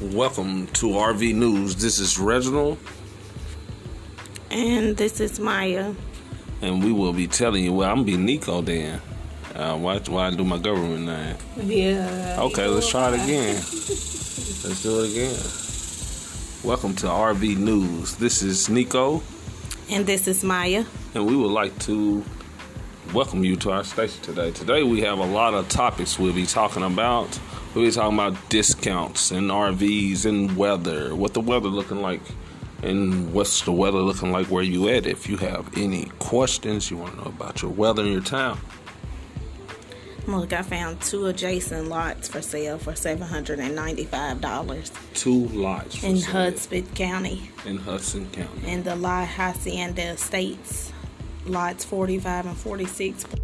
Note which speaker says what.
Speaker 1: Welcome to RV News. This is Reginald,
Speaker 2: And this is Maya.
Speaker 1: and we will be telling you. Well, I'm gonna be Nico then. Uh, why, why do my government name?
Speaker 2: Yeah.
Speaker 1: Okay, let's try it again. Let's do it again. Welcome to RV News. This is Nico,
Speaker 2: And this is Maya.
Speaker 1: and we would like to welcome you to our station today. Today we have a lot of topics we'll be talking about. We'll be talking about discounts and RVs and weather, what the weather looking like, and what's the weather looking like where you at. If you have any questions you want to know about your weather in your town,
Speaker 2: Look, I found two adjacent lots for sale for $795
Speaker 1: two lots for
Speaker 2: in
Speaker 1: sale
Speaker 2: Hudson County
Speaker 1: in Hudson County.
Speaker 2: in the La Hacienda Estates, lots 45 and 46.